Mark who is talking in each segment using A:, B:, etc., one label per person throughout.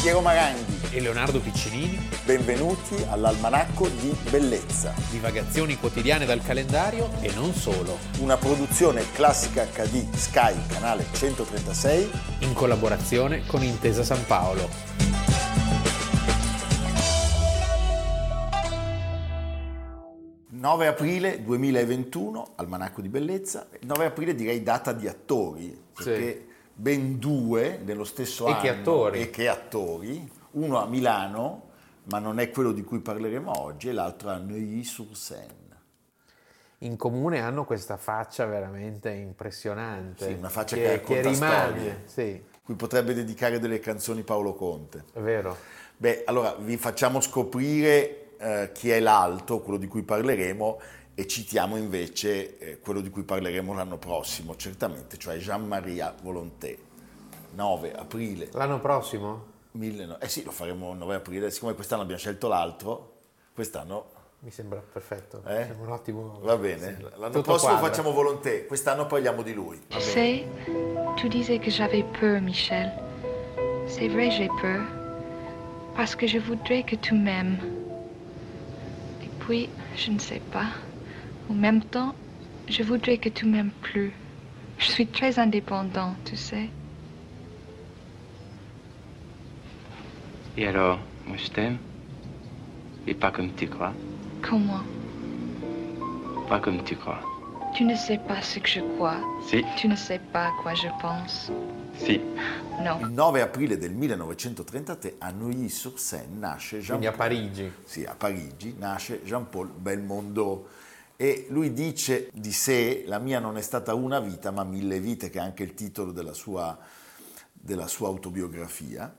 A: Piero Maranghi.
B: e Leonardo Piccinini,
A: Benvenuti all'Almanacco di Bellezza,
B: divagazioni quotidiane dal calendario e non solo,
A: una produzione classica HD Sky, canale 136.
B: in collaborazione con Intesa San Paolo.
A: Il 9 aprile 2021, Almanacco di Bellezza. Il 9 aprile direi data di attori, perché ben due nello stesso
B: E
A: anno.
B: che attori.
A: E che attori. Uno a Milano, ma non è quello di cui parleremo oggi, e l'altro a Neuilly-sur-Seine.
B: In comune hanno questa faccia veramente impressionante.
A: Sì, una faccia che racconta storie.
B: Sì,
A: Cui potrebbe dedicare delle canzoni Paolo Conte.
B: è vero.
A: Beh, allora vi facciamo scoprire eh, chi è l'alto, quello di cui parleremo, e citiamo invece eh, quello di cui parleremo l'anno prossimo, certamente, cioè Jean-Maria Volonté. 9 aprile
B: L'anno prossimo?
A: 1900. Eh sì, lo faremo il 9 aprile, siccome quest'anno abbiamo scelto l'altro, quest'anno
B: Mi sembra perfetto.
A: Eh?
B: Sembra un ottimo.
A: va bene.
B: sì.
A: L'anno
B: Tutto
A: prossimo
B: quadra.
A: facciamo Volonté, quest'anno parliamo di lui.
C: Tu sais, tu disais que j'avais peur, Michel. C'est vrai, j'ai peur. Parce que je voudrais que tu m'aimes. Et puis, je ne sais pas. En même temps, je voudrais que tu m'aimes plus. Je suis très indépendant, tu sais.
D: Et alors, moi je t'aime. Et pas comme tu crois.
C: Comment
D: Pas comme tu crois.
C: Tu ne sais pas ce que je crois.
D: Si,
C: Tu ne sais pas à quoi je pense.
D: si.
C: Non.
A: Il 9 aprile del 1933 a Neuilly-sur-Seine nasce Jean
B: Quindi a Parigi.
A: sì, a Parigi, nasce Jean-Paul Belmondo e lui dice di sé, la mia non è stata una vita ma mille vite, che è anche il titolo della sua, della sua autobiografia.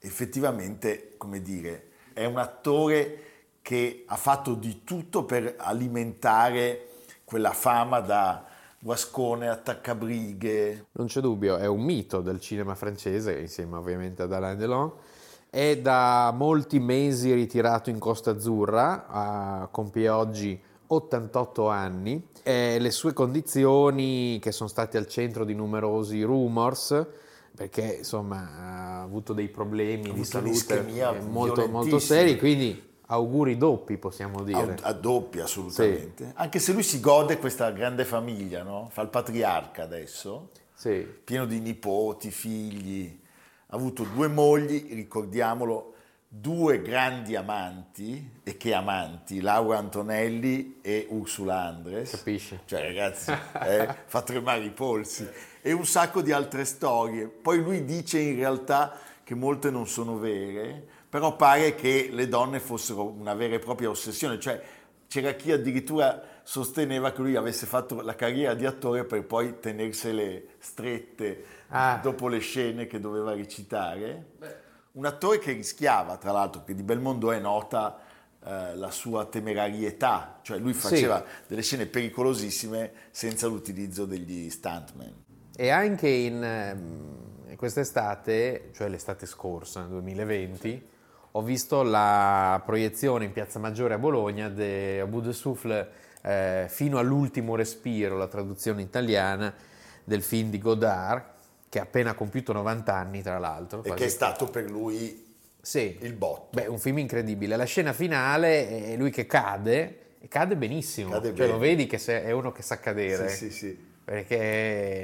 A: Effettivamente, come dire, è un attore che ha fatto di tutto per alimentare quella fama da guascone, attaccabrighe,
B: Non c'è dubbio, è un mito del cinema francese, insieme ovviamente ad Alain Delon. È da molti mesi ritirato in Costa Azzurra, ha- compie oggi 88 anni. E le sue condizioni, che sono state al centro di numerosi rumors, perché insomma ha avuto dei problemi di
A: avuto
B: salute
A: un'ischemia
B: eh, molto, molto
A: violentissima.
B: seri, quindi auguri doppi possiamo dire.
A: A, a doppia assolutamente. Anche se lui si gode questa grande famiglia, no? Fa il patriarca adesso,
B: Sì.
A: pieno di nipoti, figli. Ha avuto due mogli, ricordiamolo, due grandi amanti, e che amanti, Laura Antonelli e Ursula Andres.
B: Capisci?
A: Cioè ragazzi, eh, fa tremare i polsi. E un sacco di altre storie. Poi lui dice in realtà che molte non sono vere, però pare che le donne fossero una vera e propria ossessione. Cioè c'era chi addirittura sosteneva che lui avesse fatto la carriera di attore per poi tenersele strette
B: Ah.
A: dopo le scene che doveva recitare. Un attore che rischiava, tra l'altro, che di Belmondo è nota eh, la sua temerarietà, cioè lui faceva delle scene pericolosissime senza l'utilizzo degli stuntman.
B: E anche in ehm, quest'estate, cioè l'estate scorsa, nel 2020, ho visto la proiezione in Piazza Maggiore a Bologna di Abu de Souffle eh, fino all'ultimo respiro, la traduzione italiana del film di Godard, che ha appena compiuto 90 anni, tra l'altro.
A: E
B: quasi.
A: che è stato per lui
B: Sì.
A: il botto.
B: Beh, un film incredibile. La scena finale è lui che cade, e cade benissimo.
A: Cade
B: cioè,
A: bene.
B: lo vedi che se- è uno che sa cadere.
A: Sì, sì, sì.
B: Perché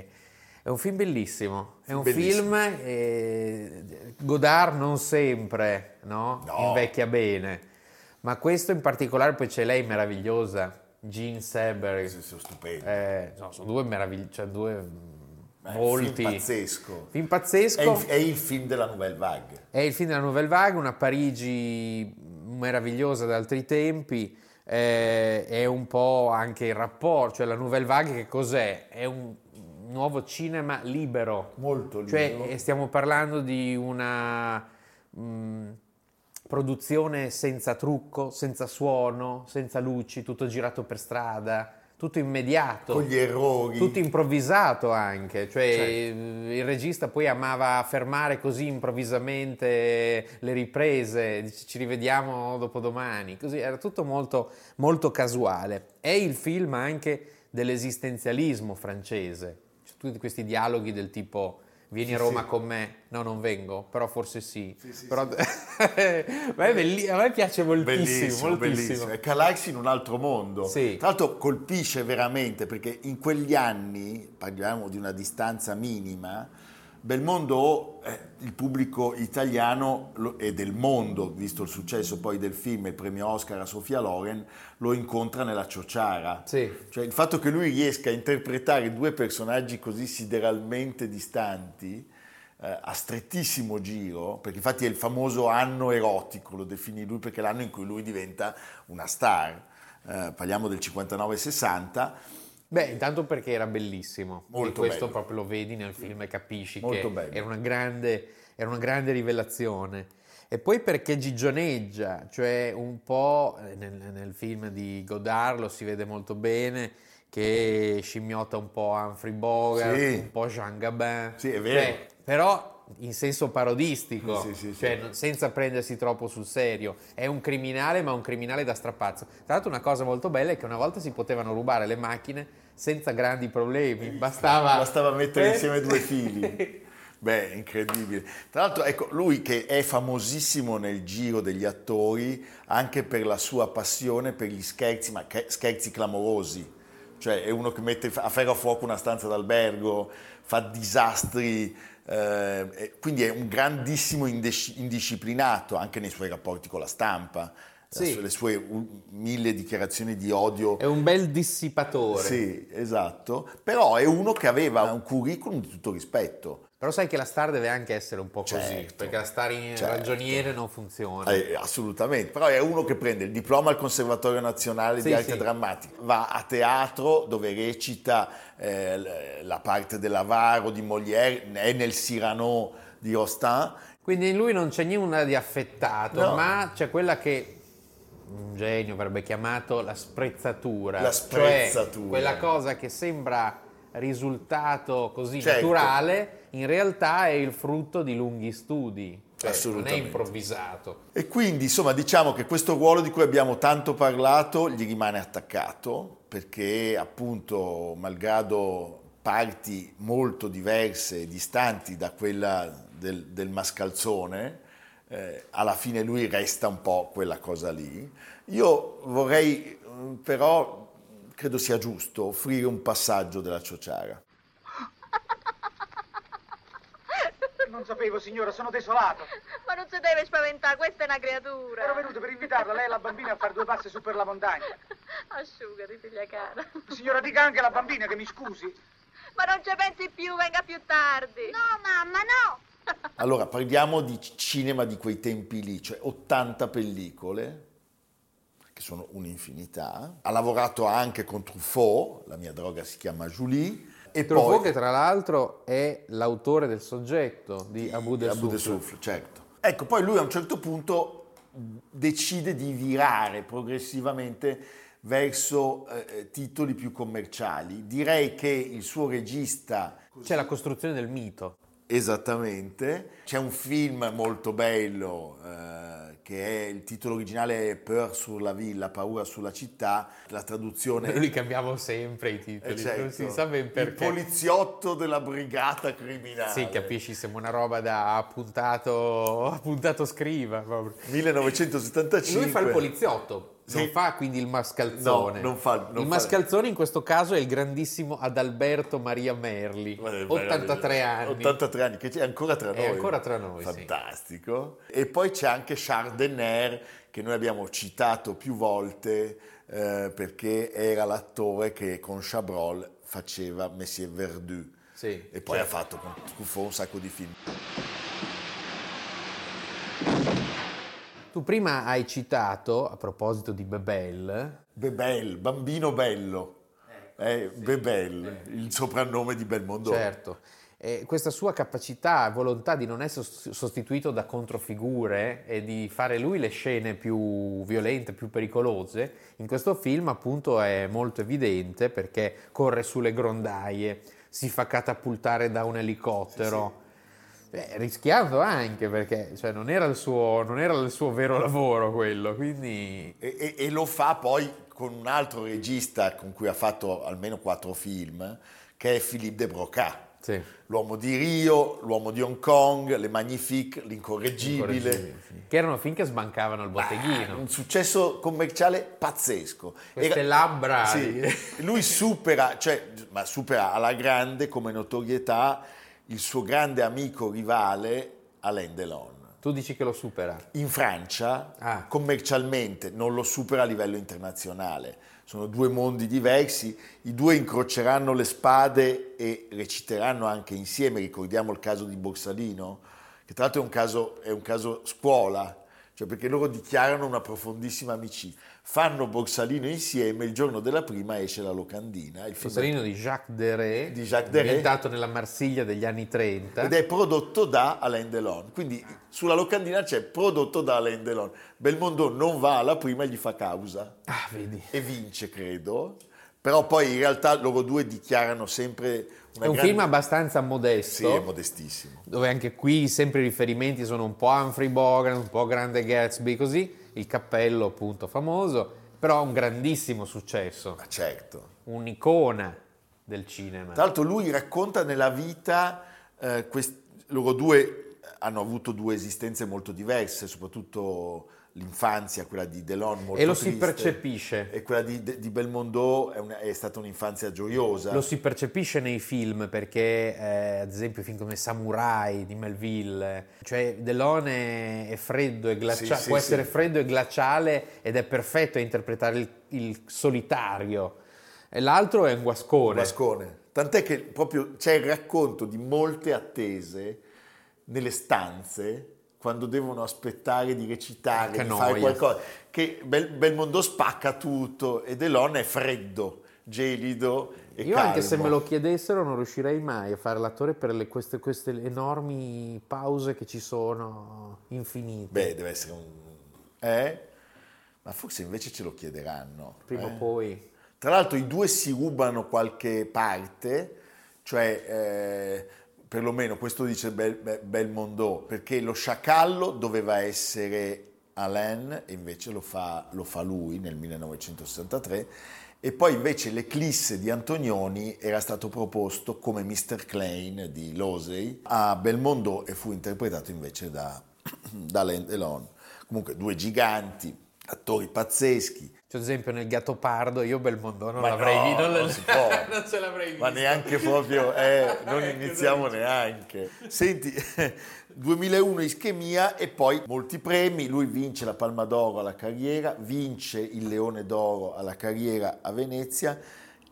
B: è un film bellissimo. È un
A: Bellissimo.
B: film. eh, Godard non sempre no?
A: No.
B: invecchia bene, ma questo in particolare poi c'è lei meravigliosa, Jean Seberg.
A: Sì, Sono stupendo.
B: Eh, no, sono due meravigliosi, cioè due
A: È un
B: volti.
A: film pazzesco.
B: Film pazzesco.
A: È il, è il film della Nouvelle Vague.
B: È il film della Nouvelle Vague, una Parigi meravigliosa da altri tempi, eh, è un po' anche il rapporto, cioè la Nouvelle Vague che cos'è? È un nuovo cinema libero,
A: Molto libero.
B: cioè eh, stiamo parlando di una mh, produzione senza trucco, senza suono, senza luci, tutto girato per strada, tutto immediato.
A: con gli errori.
B: Tutto improvvisato anche, cioè
A: Certo.
B: eh, il regista poi amava fermare così improvvisamente le riprese, dice, ci rivediamo dopodomani, così era tutto molto, molto casuale. È il film anche dell'esistenzialismo francese, Cioè, tutti questi dialoghi del tipo vieni a
A: Sì,
B: Roma
A: sì.
B: con me, no non vengo, però forse sì.
A: Sì, sì,
B: Però- Ma è belli- a me piace moltissimo,
A: Bellissimo,
B: moltissimo.
A: bellissimo. È calarsi in un altro mondo.
B: Sì.
A: Tra l'altro colpisce veramente perché in quegli anni, parliamo di una distanza minima, Belmondo, eh, il pubblico italiano lo- e del mondo, visto il successo poi del film e il premio Oscar a Sofia Loren, lo incontra nella Ciociara.
B: Sì.
A: Cioè il fatto che lui riesca a interpretare due personaggi così sideralmente distanti, eh, a strettissimo giro, perché infatti è il famoso anno erotico, lo definì lui perché è l'anno in cui lui diventa una star. Eh, parliamo del 59-60,
B: Beh, intanto perché era bellissimo.
A: Molto
B: e questo
A: bello.
B: proprio lo vedi nel film e capisci
A: Molto
B: che
A: bello.
B: era una, grande, era una grande rivelazione. E poi perché gigioneggia, cioè un po' eh, nel, nel film di Godard lo si vede molto bene che scimmiota un po' Humphrey Bogart,
A: Sì.
B: un po' Jean Gabin.
A: Sì, è vero.
B: Cioè, però in senso parodistico,
A: Sì, sì, sì.
B: cioè non- senza prendersi troppo sul serio. È un criminale, ma un criminale da strapazzo. Tra l'altro, una cosa molto bella è che una volta si potevano rubare le macchine senza grandi problemi, bastava,
A: Eh, bastava mettere
B: Eh?
A: insieme due fili. Beh, incredibile. Tra l'altro, ecco, lui che è famosissimo nel giro degli attori anche per la sua passione per gli scherzi, ma che- scherzi clamorosi. Cioè, è uno che mette a ferro a fuoco una stanza d'albergo, fa disastri, eh, e quindi è un grandissimo indisci- indisciplinato anche nei suoi rapporti con la stampa, la
B: Sì.
A: su- le sue u- mille dichiarazioni di odio
B: È un bel dissipatore.
A: sì, esatto. Però è uno che aveva un curriculum di tutto rispetto.
B: Però sai che la star deve anche essere un po' così,
A: Certo.
B: perché la star in
A: Certo.
B: ragioniere non funziona.
A: Eh, assolutamente. Però è uno che prende il diploma al Conservatorio Nazionale di
B: Sì,
A: Arte
B: sì.
A: Drammatica, va a teatro dove recita eh, l- la parte dell'avaro di Molière, è nel Cyrano di Austin.
B: Quindi in lui non c'è nulla di affettato,
A: No.
B: ma c'è quella che un genio avrebbe chiamato la sprezzatura.
A: La sprezzatura.
B: Cioè, quella cosa che sembra risultato così
A: Certo.
B: naturale, in realtà è il frutto di lunghi studi. Cioè,
A: Assolutamente.
B: Non è improvvisato.
A: E quindi, insomma, diciamo che questo ruolo di cui abbiamo tanto parlato gli rimane attaccato, perché appunto, malgrado parti molto diverse e distanti da quella del, del mascalzone, eh, alla fine lui resta un po' quella cosa lì. Io vorrei, mm, però, credo sia giusto offrire un passaggio della ciociara.
E: Non sapevo, signora, sono desolato.
F: Ma non si deve spaventare, questa è una creatura.
E: Ero venuto per invitarla, lei e la bambina, a fare due passi su per la montagna.
F: Asciugati, figlia cara.
E: Signora, dica anche alla bambina che mi scusi.
F: Ma non ci pensi più, venga più tardi. No, mamma, no.
A: Allora, parliamo di c- cinema di quei tempi lì, cioè 80 pellicole, che sono un'infinità. Ha lavorato anche con Truffaut, la mia droga si chiama Julie. E
B: Truffaut
A: poi
B: che tra l'altro è l'autore del soggetto di Abu del
A: Abu
B: Sufri.
A: Sufri, certo. Ecco, poi lui a un certo punto decide di virare progressivamente verso eh, titoli più commerciali. Direi che il suo regista
B: C'è la costruzione del mito.
A: Esattamente, c'è un film molto bello eh, che è il titolo originale è Peur sur la villa, paura sulla città, la traduzione
B: Noi li cambiamo sempre i
A: eh,
B: titoli,
A: certo,
B: non si sa ben perché.
A: Il poliziotto della brigata criminale.
B: Sì, capisci, sembra una roba da appuntato, appuntato scriva. proprio.
A: 1975.
B: Lui fa il poliziotto, non
A: Sì.
B: fa quindi il mascalzone.
A: No, non fa- non
B: il
A: fa-
B: mascalzone in questo caso è il grandissimo Adalberto Maria Merli,
A: Ma è
B: 83 anni.
A: 83 anni, che è ancora tra
B: È
A: noi.
B: ancora tra noi, sì.
A: Fantastico. E poi c'è anche Charles Denner, che noi abbiamo citato più volte, eh, perché era l'attore che con Chabrol faceva Messier Verdu.
B: Sì.
A: E poi ha fatto con Truffaut un sacco di film.
B: Tu prima hai citato, a proposito di Bebel,
A: Bebel, bambino bello. Eh, Bebel, il soprannome di Belmondo.
B: Certo. E questa sua capacità e volontà di non essere sost- sostituito da controfigure e di fare lui le scene più violente, più pericolose, in questo film appunto è molto evidente perché corre sulle grondaie, si fa catapultare da un elicottero. Eh, rischiando anche perché cioè, non, era il suo, non era il suo vero lavoro quello, quindi
A: E, e- e lo fa poi con un altro regista con cui ha fatto almeno quattro film, che è Philippe de Broca.
B: Sì.
A: L'uomo di Rio, l'uomo di Hong Kong, le Magnifique, l'incorreggibile.
B: Che erano film che sbancavano al botteghino.
A: Un successo commerciale pazzesco.
B: Queste labbra.
A: Sì, lui supera, cioè, ma supera alla grande come notorietà il suo grande amico rivale Alain Delon.
B: Tu dici che lo supera.
A: In Francia,
B: Ah.
A: commercialmente, non lo supera a livello internazionale. Sono due mondi diversi, i due incroceranno le spade e reciteranno anche insieme. Ricordiamo il caso di Borsalino, che tra l'altro è un caso, è un caso scuola, cioè perché loro dichiarano una profondissima amicizia. Fanno Borsalino insieme, il giorno della prima esce la locandina. Il film-
B: Sotterino di Jacques Deray,
A: Di Jacques Deray.
B: ambientato nella Marsiglia degli anni 30.
A: ed è prodotto da Alain Delon. Quindi sulla locandina c'è prodotto da Alain Delon. Belmondo non va alla prima e gli fa causa
B: Ah, vedi.
A: e vince, credo. Però poi in realtà loro due dichiarano sempre una
B: È un
A: grande-
B: film abbastanza
A: Sì,
B: modesto,
A: è modestissimo.
B: dove anche qui sempre i riferimenti sono un po' Humphrey Bogart, un po' Grande Gatsby, così, il cappello appunto famoso, però un grandissimo successo,
A: Ma certo.
B: un'icona del cinema.
A: Tra l'altro lui racconta nella vita, eh, quest- loro due hanno avuto due esistenze molto diverse, soprattutto l'infanzia, quella di Delon molto
B: E lo si
A: triste,
B: percepisce.
A: E quella di, di Belmondo è, una- è stata un'infanzia gioiosa.
B: Lo si percepisce nei film perché, eh, ad esempio, film come Samurai di Melville, cioè Delon è, è freddo e glaciale,
A: Sì, sì,
B: può
A: sì.
B: essere freddo e glaciale ed è perfetto a interpretare il, il solitario. E l'altro è un guascone.
A: Guascone. Tant'è che proprio c'è il racconto di molte attese nelle stanze quando devono aspettare di recitare,
B: Che
A: di fare
B: noia.
A: qualcosa, che Bel- Belmondo spacca tutto e Delon è freddo, gelido e
B: Io anche se
A: calmo.
B: me lo chiedessero non riuscirei mai a fare l'attore per le- queste, queste enormi pause che ci sono infinite.
A: Beh, deve essere un... Eh? Ma forse invece ce lo chiederanno.
B: Prima
A: eh?
B: o poi.
A: Tra l'altro i due si rubano qualche parte, cioè eh, perlomeno questo dice Bel- Bel- Belmondo, perché lo sciacallo doveva essere Alain e invece lo fa, lo fa lui nel 1963 e poi invece l'eclisse di Antonioni era stato proposto come Mr. Klein di Losey a Belmondo e fu interpretato invece da, da Alain Delon. Comunque due giganti, attori pazzeschi.
B: Cioè, ad esempio, nel Gatto Pardo io Belmondo non
A: Ma
B: l'avrei
A: no,
B: visto.
A: non si può.
B: non ce l'avrei visto.
A: Ma neanche proprio, eh, non
B: Ecco,
A: iniziamo
B: esatto.
A: neanche. Senti, 2001 Ischemia e poi molti premi, lui vince la Palma d'Oro alla carriera, vince il Leone d'Oro alla carriera a Venezia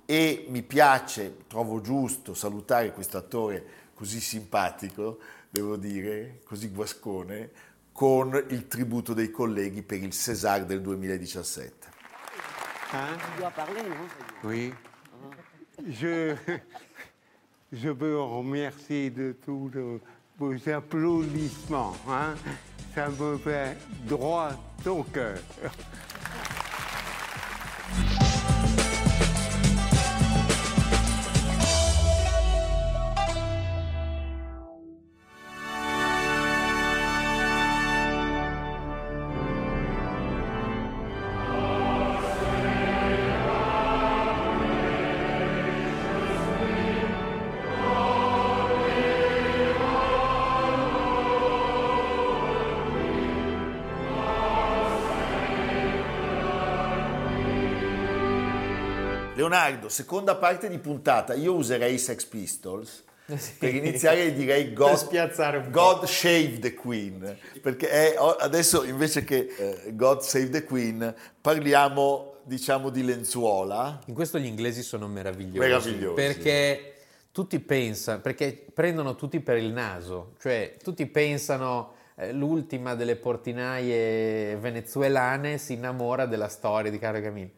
A: e mi piace, trovo giusto salutare questo attore così simpatico, devo dire, così guascone, con il tributo dei colleghi per il César del 2017.
G: Oui. Je, je veux remercier de tous le- vos applaudissements. hein. Ça me fait droit au cœur.
A: Leonardo, seconda parte di puntata. Io userei i Sex Pistols. Per iniziare direi God,
B: Eh Per spiazzare un po'.
A: God Save the Queen, perché è- o- adesso invece che eh, God Save the Queen parliamo diciamo di lenzuola,
B: In questo gli inglesi sono meravigliosi.
A: Meravigliosi.
B: Perché tutti pensano, perché prendono tutti per il naso, cioè tutti pensano eh, l'ultima delle portinaie venezuelane si innamora della storia di Carlo Camillo.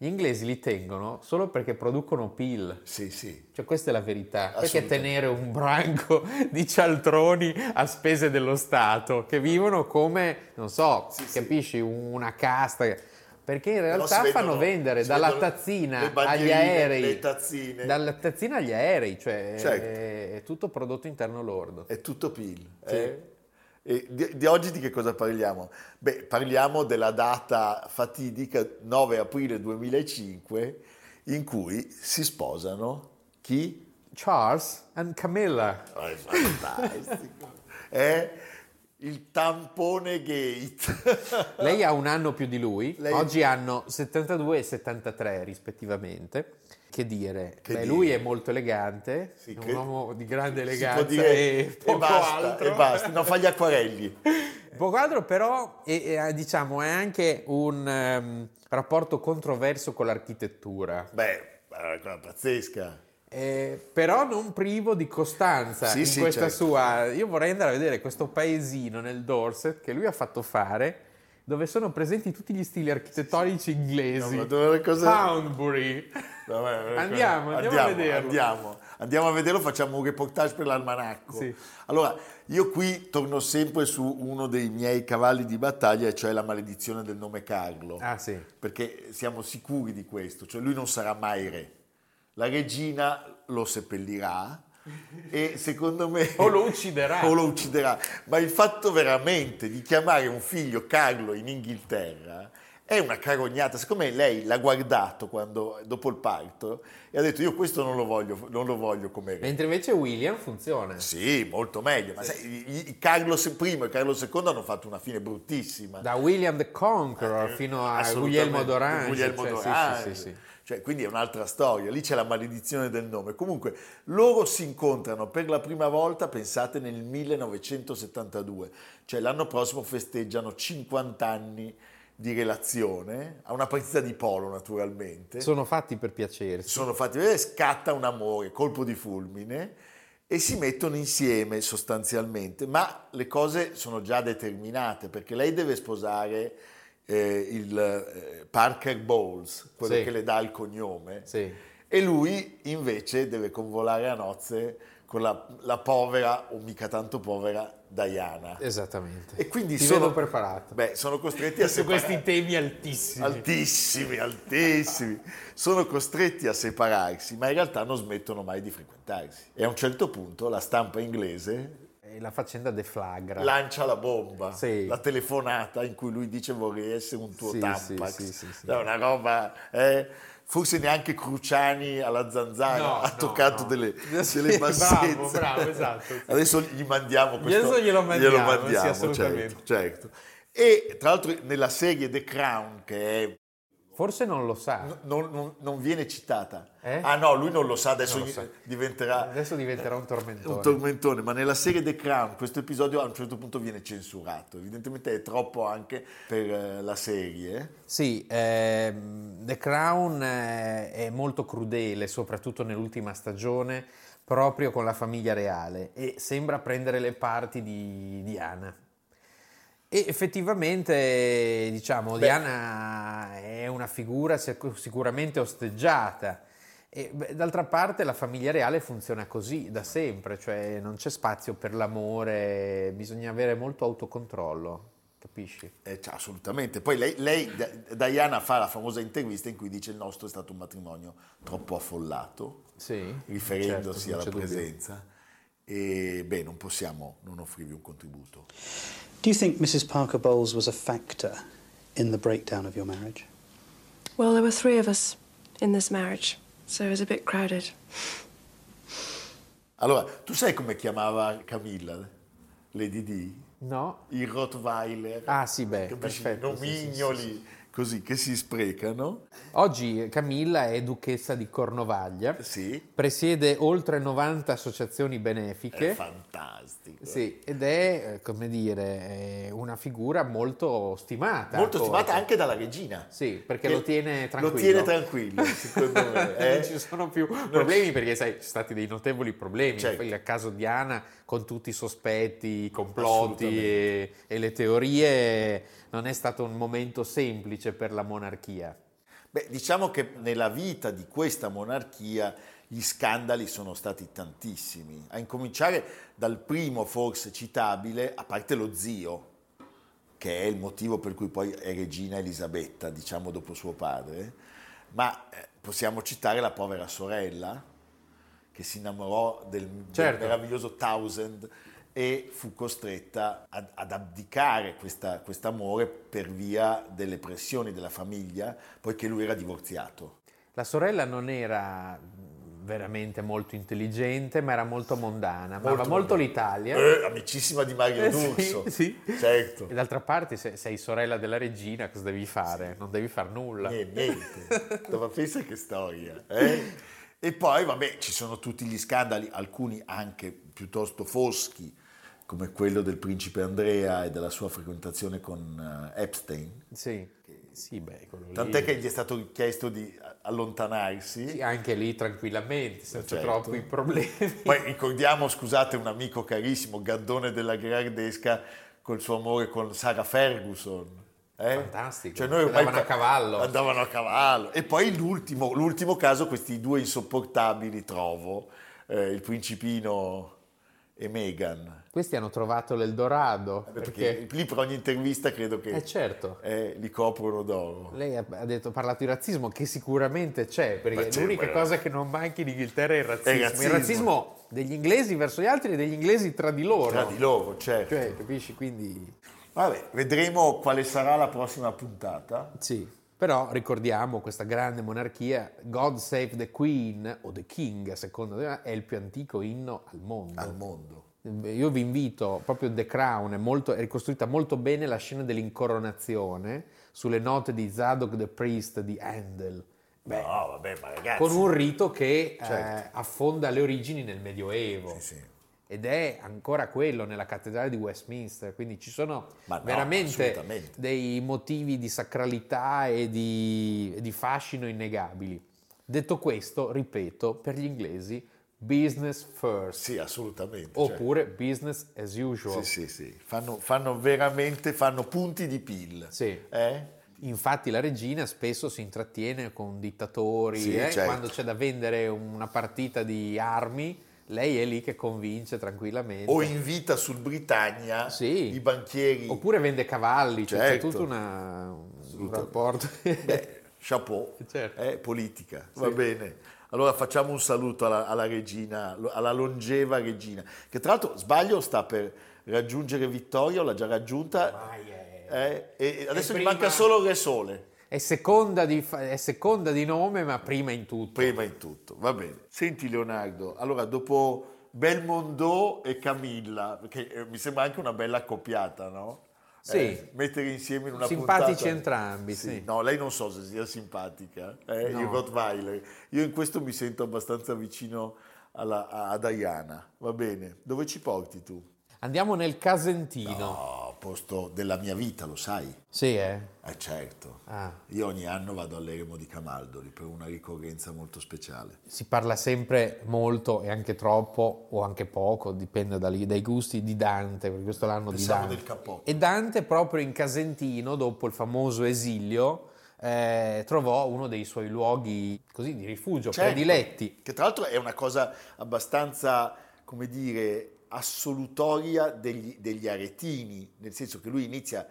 B: Gli inglesi li tengono solo perché producono pill.
A: sì sì,
B: Cioè questa è la verità, perché
A: Assolutamente.
B: tenere un branco di cialtroni a spese dello Stato che vivono come, non so, capisci, una casta, perché in
A: Però
B: realtà
A: si
B: fanno
A: vedono-
B: vendere
A: si
B: dalla
A: vedono le
B: tazzina agli
A: bandierine,
B: aerei,
A: le tazzine.
B: dalla tazzina agli aerei, cioè
A: Certo.
B: è, è tutto prodotto interno lordo.
A: è tutto PIL. eh? E di, di oggi di che cosa parliamo? Beh, parliamo della data fatidica 9 aprile 2005 in cui si sposano chi?
B: Charles and Camilla.
A: È fantastico. È il tampone gate.
B: Lei ha un anno più di lui,
A: Lei-
B: oggi hanno 72 e 73 rispettivamente. Che dire,
A: Che
B: Beh,
A: dire.
B: lui è molto elegante,
A: Sì,
B: un
A: che-
B: uomo di grande
A: Si può
B: eleganza
A: dire-
B: e poco
A: basta,
B: altro.
A: e basta. Non fa gli acquarelli.
B: Poco altro però è, è, diciamo, è anche un ehm, rapporto controverso con l'architettura,
A: Beh, è una cosa pazzesca.
B: Eh, però non privo di costanza
A: Sì,
B: in
A: sì,
B: questa
A: certo.
B: sua... Io vorrei andare a vedere questo paesino nel Dorset che lui ha fatto fare dove sono presenti tutti gli stili architettonici inglesi.
A: No, ma dove- cosa-
B: Poundbury.
A: No, ma è una cosa-
B: Andiamo, andiamo a vederlo.
A: Andiamo. Andiamo a vederlo, facciamo un reportage per l'almanacco.
B: Sì.
A: Allora, io qui torno sempre su uno dei miei cavalli di battaglia, cioè la maledizione del nome Carlo.
B: Ah sì.
A: Perché siamo sicuri di questo, cioè lui non sarà mai re. La regina lo seppellirà e secondo me...
B: O lo ucciderà.
A: o lo ucciderà. Ma il fatto veramente di chiamare un figlio Carlo in Inghilterra è una carognata. Siccome lei l'ha guardato quando- dopo il parto e ha detto io questo non lo voglio, non lo voglio come re.
B: Mentre invece William funziona.
A: Sì, molto meglio. Ma sai, i- i- Carlo I e Carlo II hanno fatto una fine bruttissima.
B: Da William the Conqueror
A: Eh,
B: fino a
A: assolutamente,
B: Guglielmo d'Orange.
A: Guglielmo
B: cioè, sì,
A: d'Orange.
B: sì, sì, sì.
A: Cioè, quindi è un'altra storia, lì c'è la maledizione del nome. Comunque, loro si incontrano per la prima volta, pensate, nel 1972, cioè l'anno prossimo festeggiano 50 anni di relazione, a una partita di polo naturalmente.
B: Sono fatti per piacersi.
A: Sono fatti vedere, scatta un amore, colpo di fulmine e si mettono insieme sostanzialmente, ma le cose sono già determinate perché lei deve sposare eh, il eh, Parker Bowles, quello
B: Sì.
A: che le dà il cognome,
B: Sì.
A: e lui invece deve convolare a nozze con la, la povera o mica tanto povera Diana.
B: Esattamente.
A: E quindi
B: Eh, Ti
A: sono
B: vedo preparato.
A: Beh, sono costretti a
B: Su
A: separare-
B: questi temi altissimi.
A: altissimi, altissimi. Sono costretti a separarsi, ma in realtà non smettono mai di frequentarsi. E a un certo punto la stampa inglese
B: E la faccenda deflagra.
A: lancia la bomba,
B: Eh. Sì.
A: la telefonata in cui lui dice vorrei essere un tuo
B: Sì,
A: Tampax.
B: sì, sì, sì, sì.
A: È una roba... eh, forse neanche Cruciani alla zanzara
B: No,
A: ha
B: no,
A: toccato
B: no.
A: delle,
B: Sì,
A: delle
B: bravo,
A: bassezze.
B: bravo, esatto, sì.
A: Adesso gli mandiamo questo.
B: Adesso glielo mandiamo,
A: glielo mandiamo,
B: sì, assolutamente.
A: certo, certo. E tra l'altro nella serie The Crown, che è
B: Forse non lo sa.
A: non, non- non viene citata.
B: Eh?
A: Ah no, lui non lo sa, adesso
B: Non lo
A: gli-
B: sa. Eh,
A: diventerà
B: Adesso diventerà un tormentone.
A: un tormentone, ma nella serie The Crown questo episodio a un certo punto viene censurato, evidentemente è troppo anche per eh, la serie.
B: Sì, ehm, The Crown eh, è molto crudele, soprattutto nell'ultima stagione, proprio con la famiglia reale e sembra prendere le parti di Diana. E effettivamente, diciamo, Diana è una figura sic- sicuramente osteggiata. E, beh, d'altra parte la famiglia reale funziona così da sempre, cioè non c'è spazio per l'amore, bisogna avere molto autocontrollo, capisci?
A: Eh, cioè, assolutamente. Poi lei, lei, D- Diana fa la famosa intervista in cui dice il nostro è stato un matrimonio troppo affollato,
B: Sì,
A: riferendosi
B: certo, non c'è
A: alla
B: dubbio.
A: presenza. E beh, non possiamo non offrirvi un contributo.
H: Do you think Mrs. Parker Bowles was a factor in the breakdown of your marriage?
I: Well, there were three of us in this marriage, so it was a bit crowded.
A: Allora, tu sai come chiamava Camilla? Lady D?
B: No,
A: il Rottweiler.
B: Ah, sì, beh,
A: Capisci?
B: perfetto, sì,
A: Nomignoli
B: sì, sì,
A: così che si sprecano.
B: Oggi Camilla è duchessa di Cornovaglia,
A: Sì,
B: presiede oltre 90 associazioni
A: è
B: benefiche.
A: fantastico.
B: Sì, ed è, eh, come dire, eh, una figura molto stimata.
A: Molto
B: ancora.
A: stimata anche dalla regina.
B: Sì, perché
A: Che
B: lo tiene tranquillo.
A: Lo tiene tranquillo, secondo me. eh.
B: non ci sono più problemi perché sai, ci sono stati dei notevoli problemi.
A: Certo.
B: Il caso Diana con tutti i sospetti, i complotti
A: Assolutamente.
B: e, e le teorie non è stato un momento semplice per la monarchia.
A: Beh, diciamo che nella vita di questa monarchia gli scandali sono stati tantissimi, a incominciare dal primo forse citabile, a parte lo zio, che è il motivo per cui poi è regina Elisabetta, diciamo dopo suo padre, ma eh, possiamo citare la povera sorella che si innamorò del, del
B: Certo.
A: meraviglioso Thousand e fu costretta ad, ad abdicare questa- quest'amore per via delle pressioni della famiglia, poiché lui era divorziato.
B: La sorella non era mh, veramente molto intelligente, ma era molto mondana, ma
A: Molto
B: aveva molto
A: mondana.
B: l'Italia.
A: Eh, amicissima di Mario
B: Eh,
A: D'Urso.
B: sì, sì.
A: Certo.
B: E d'altra parte, se sei sorella della regina, cosa devi fare? Non devi far nulla.
A: Eh, niente. Ma pensa che storia. eh? E poi, vabbè, ci sono tutti gli scandali, alcuni anche piuttosto foschi, come quello del principe Andrea e della sua frequentazione con eh, Epstein.
B: Sì, sì, beh, quello lì-
A: Tant'è che gli è stato chiesto di allontanarsi.
B: Sì, anche lì tranquillamente, senza
A: Certo.
B: troppi problemi.
A: Poi ricordiamo, scusate, un amico carissimo, Gaddone della Gherardesca, col suo amore con Sara Ferguson. eh?
B: Fantastico,
A: ormai
B: andavano a cavallo.
A: Andavano a cavallo. E poi l'ultimo, l'ultimo caso, questi due insopportabili, trovo, eh, il principino e Meghan.
B: Questi hanno trovato l'Eldorado,
A: Eh, Perché,
B: perché...
A: lì per ogni intervista credo che
B: Eh certo,
A: eh, li coprono d'oro.
B: lei ha ha detto, ha parlato di razzismo, che sicuramente c'è, perché
A: Ma c'è,
B: l'unica
A: ma-
B: cosa che non manca in Inghilterra è il razzismo.
A: razzismo.
B: Il razzismo degli inglesi verso gli altri e degli inglesi tra di loro.
A: Tra di loro, certo.
B: Cioè, capisci? Quindi...
A: Vabbè, vedremo quale sarà la prossima puntata.
B: Sì, però ricordiamo questa grande monarchia, God Save the Queen o the King, a seconda di- è il più antico inno al mondo.
A: Al mondo.
B: Io vi invito, proprio The Crown è, molto, è ricostruita molto bene la scena dell'incoronazione sulle note di Zadok the Priest di Handel,
A: no, vabbè, ma ragazzi.
B: con un rito che eh,
A: Eh Certo.
B: affonda le origini nel Medioevo.
A: Sì, sì.
B: Ed è ancora quello nella cattedrale di Westminster, quindi ci sono
A: Ma no,
B: veramente
A: assolutamente.
B: dei motivi di sacralità e di, e di fascino innegabili. Detto questo, ripeto, per gli inglesi business first
A: Sì, assolutamente. cioè,
B: oppure business as usual.
A: sì, sì, sì. Fanno, fanno veramente fanno punti di PIL.
B: Sì.
A: Eh?
B: Infatti la regina spesso si intrattiene con dittatori,
A: Sì,
B: eh,
A: certo.
B: quando c'è da vendere una partita di armi, lei è lì che convince tranquillamente.
A: O invita sul Britannia
B: Sì.
A: i banchieri.
B: Oppure vende cavalli, cioè
A: Certo.
B: c'è tutto una- un rapporto.
A: Beh, eh, chapeau.
B: Certo.
A: Eh, politica. Va bene. Allora facciamo un saluto alla, alla regina, lo- alla longeva regina, che tra l'altro, sbaglio, sta per raggiungere Vittorio, l'ha già raggiunta. eh, e e adesso gli
B: prima-
A: manca solo il Re Sole.
B: È seconda, di, fa- è seconda di nome, ma prima in tutto.
A: Prima in tutto, va bene. Senti Leonardo, allora dopo Belmondo e Camilla, perché eh, mi sembra anche una bella accoppiata, no? Eh,
B: Sì.
A: mettere insieme in una
B: Simpatici
A: puntata-
B: entrambi, sì.
A: No, lei non so se sia simpatica, eh, il Rottweiler. Io in questo mi sento abbastanza vicino alla- a, a Diana, va bene. Dove ci porti tu?
B: Andiamo nel Casentino.
A: Oh, posto della mia vita, lo sai?
B: Sì, eh?
A: Eh certo.
B: Ah.
A: Io ogni anno vado all'Eremo di Camaldoli per una ricorrenza molto speciale.
B: Si parla sempre molto e anche troppo o anche poco, dipende da lì- dai gusti di Dante, perché questo è l'anno
A: Pensavo
B: di Dante.
A: del cappotto.
B: E Dante proprio in Casentino, dopo il famoso esilio, eh, trovò uno dei suoi luoghi così di rifugio,
A: Certo.
B: prediletti.
A: Che tra l'altro è una cosa abbastanza, come dire, assolutoria degli, degli aretini, nel senso che lui inizia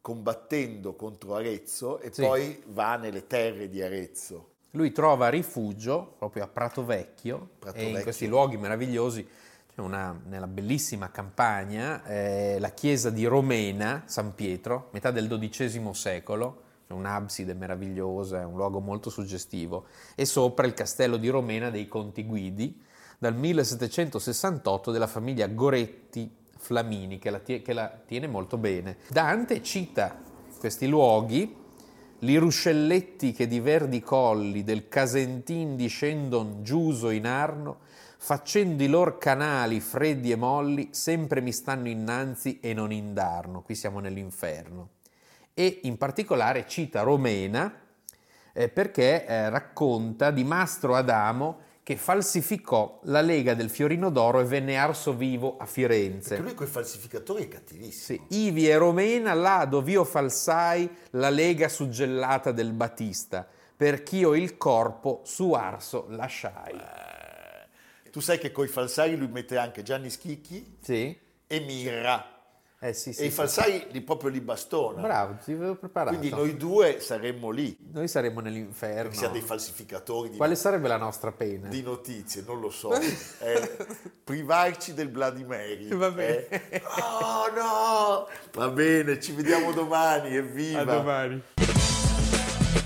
A: combattendo contro Arezzo e
B: Sì.
A: poi va nelle terre di Arezzo.
B: Lui trova rifugio proprio a Prato Vecchio,
A: Prato
B: e in
A: Vecchio.
B: questi luoghi meravigliosi, c'è una- nella bellissima campagna, eh, la chiesa di Romena, San Pietro, metà del XII secolo, cioè c'è un'abside meravigliosa, è un luogo molto suggestivo, e sopra il castello di Romena dei Conti Guidi, dal 1768 della famiglia Goretti Flamini, che la, tie- che la tiene molto bene. Dante cita questi luoghi li ruscelletti che di verdi colli del Casentin discendon giuso in Arno, facendo i lor canali freddi e molli, sempre mi stanno innanzi e non indarno. Qui siamo nell'inferno. E in particolare cita Romena eh, perché eh, racconta di Mastro Adamo che falsificò la lega del Fiorino d'Oro e venne arso vivo a Firenze.
A: Perché lui con i falsificatori è cattivissimo.
B: Sì, Ivi e Romena, là dov'io falsai la lega suggellata del Batista, perch'io il corpo su Arso lasciai.
A: Tu sai che con i falsari lui mette anche Gianni Schicchi
B: Sì?
A: e Mirra.
B: Eh sì, sì.
A: e i
B: sì.
A: falsari li proprio li bastona.
B: Bravo, ti avevo preparato.
A: Quindi noi due saremmo lì,
B: Noi saremmo nell'inferno.
A: siamo dei falsificatori di
B: Quale sarebbe la nostra pena?
A: di notizie, non lo so, eh, privarci del Bloody Mary.
B: Va bene.
A: eh. Oh Ah, no! Va bene, ci vediamo domani, evviva!
B: domani.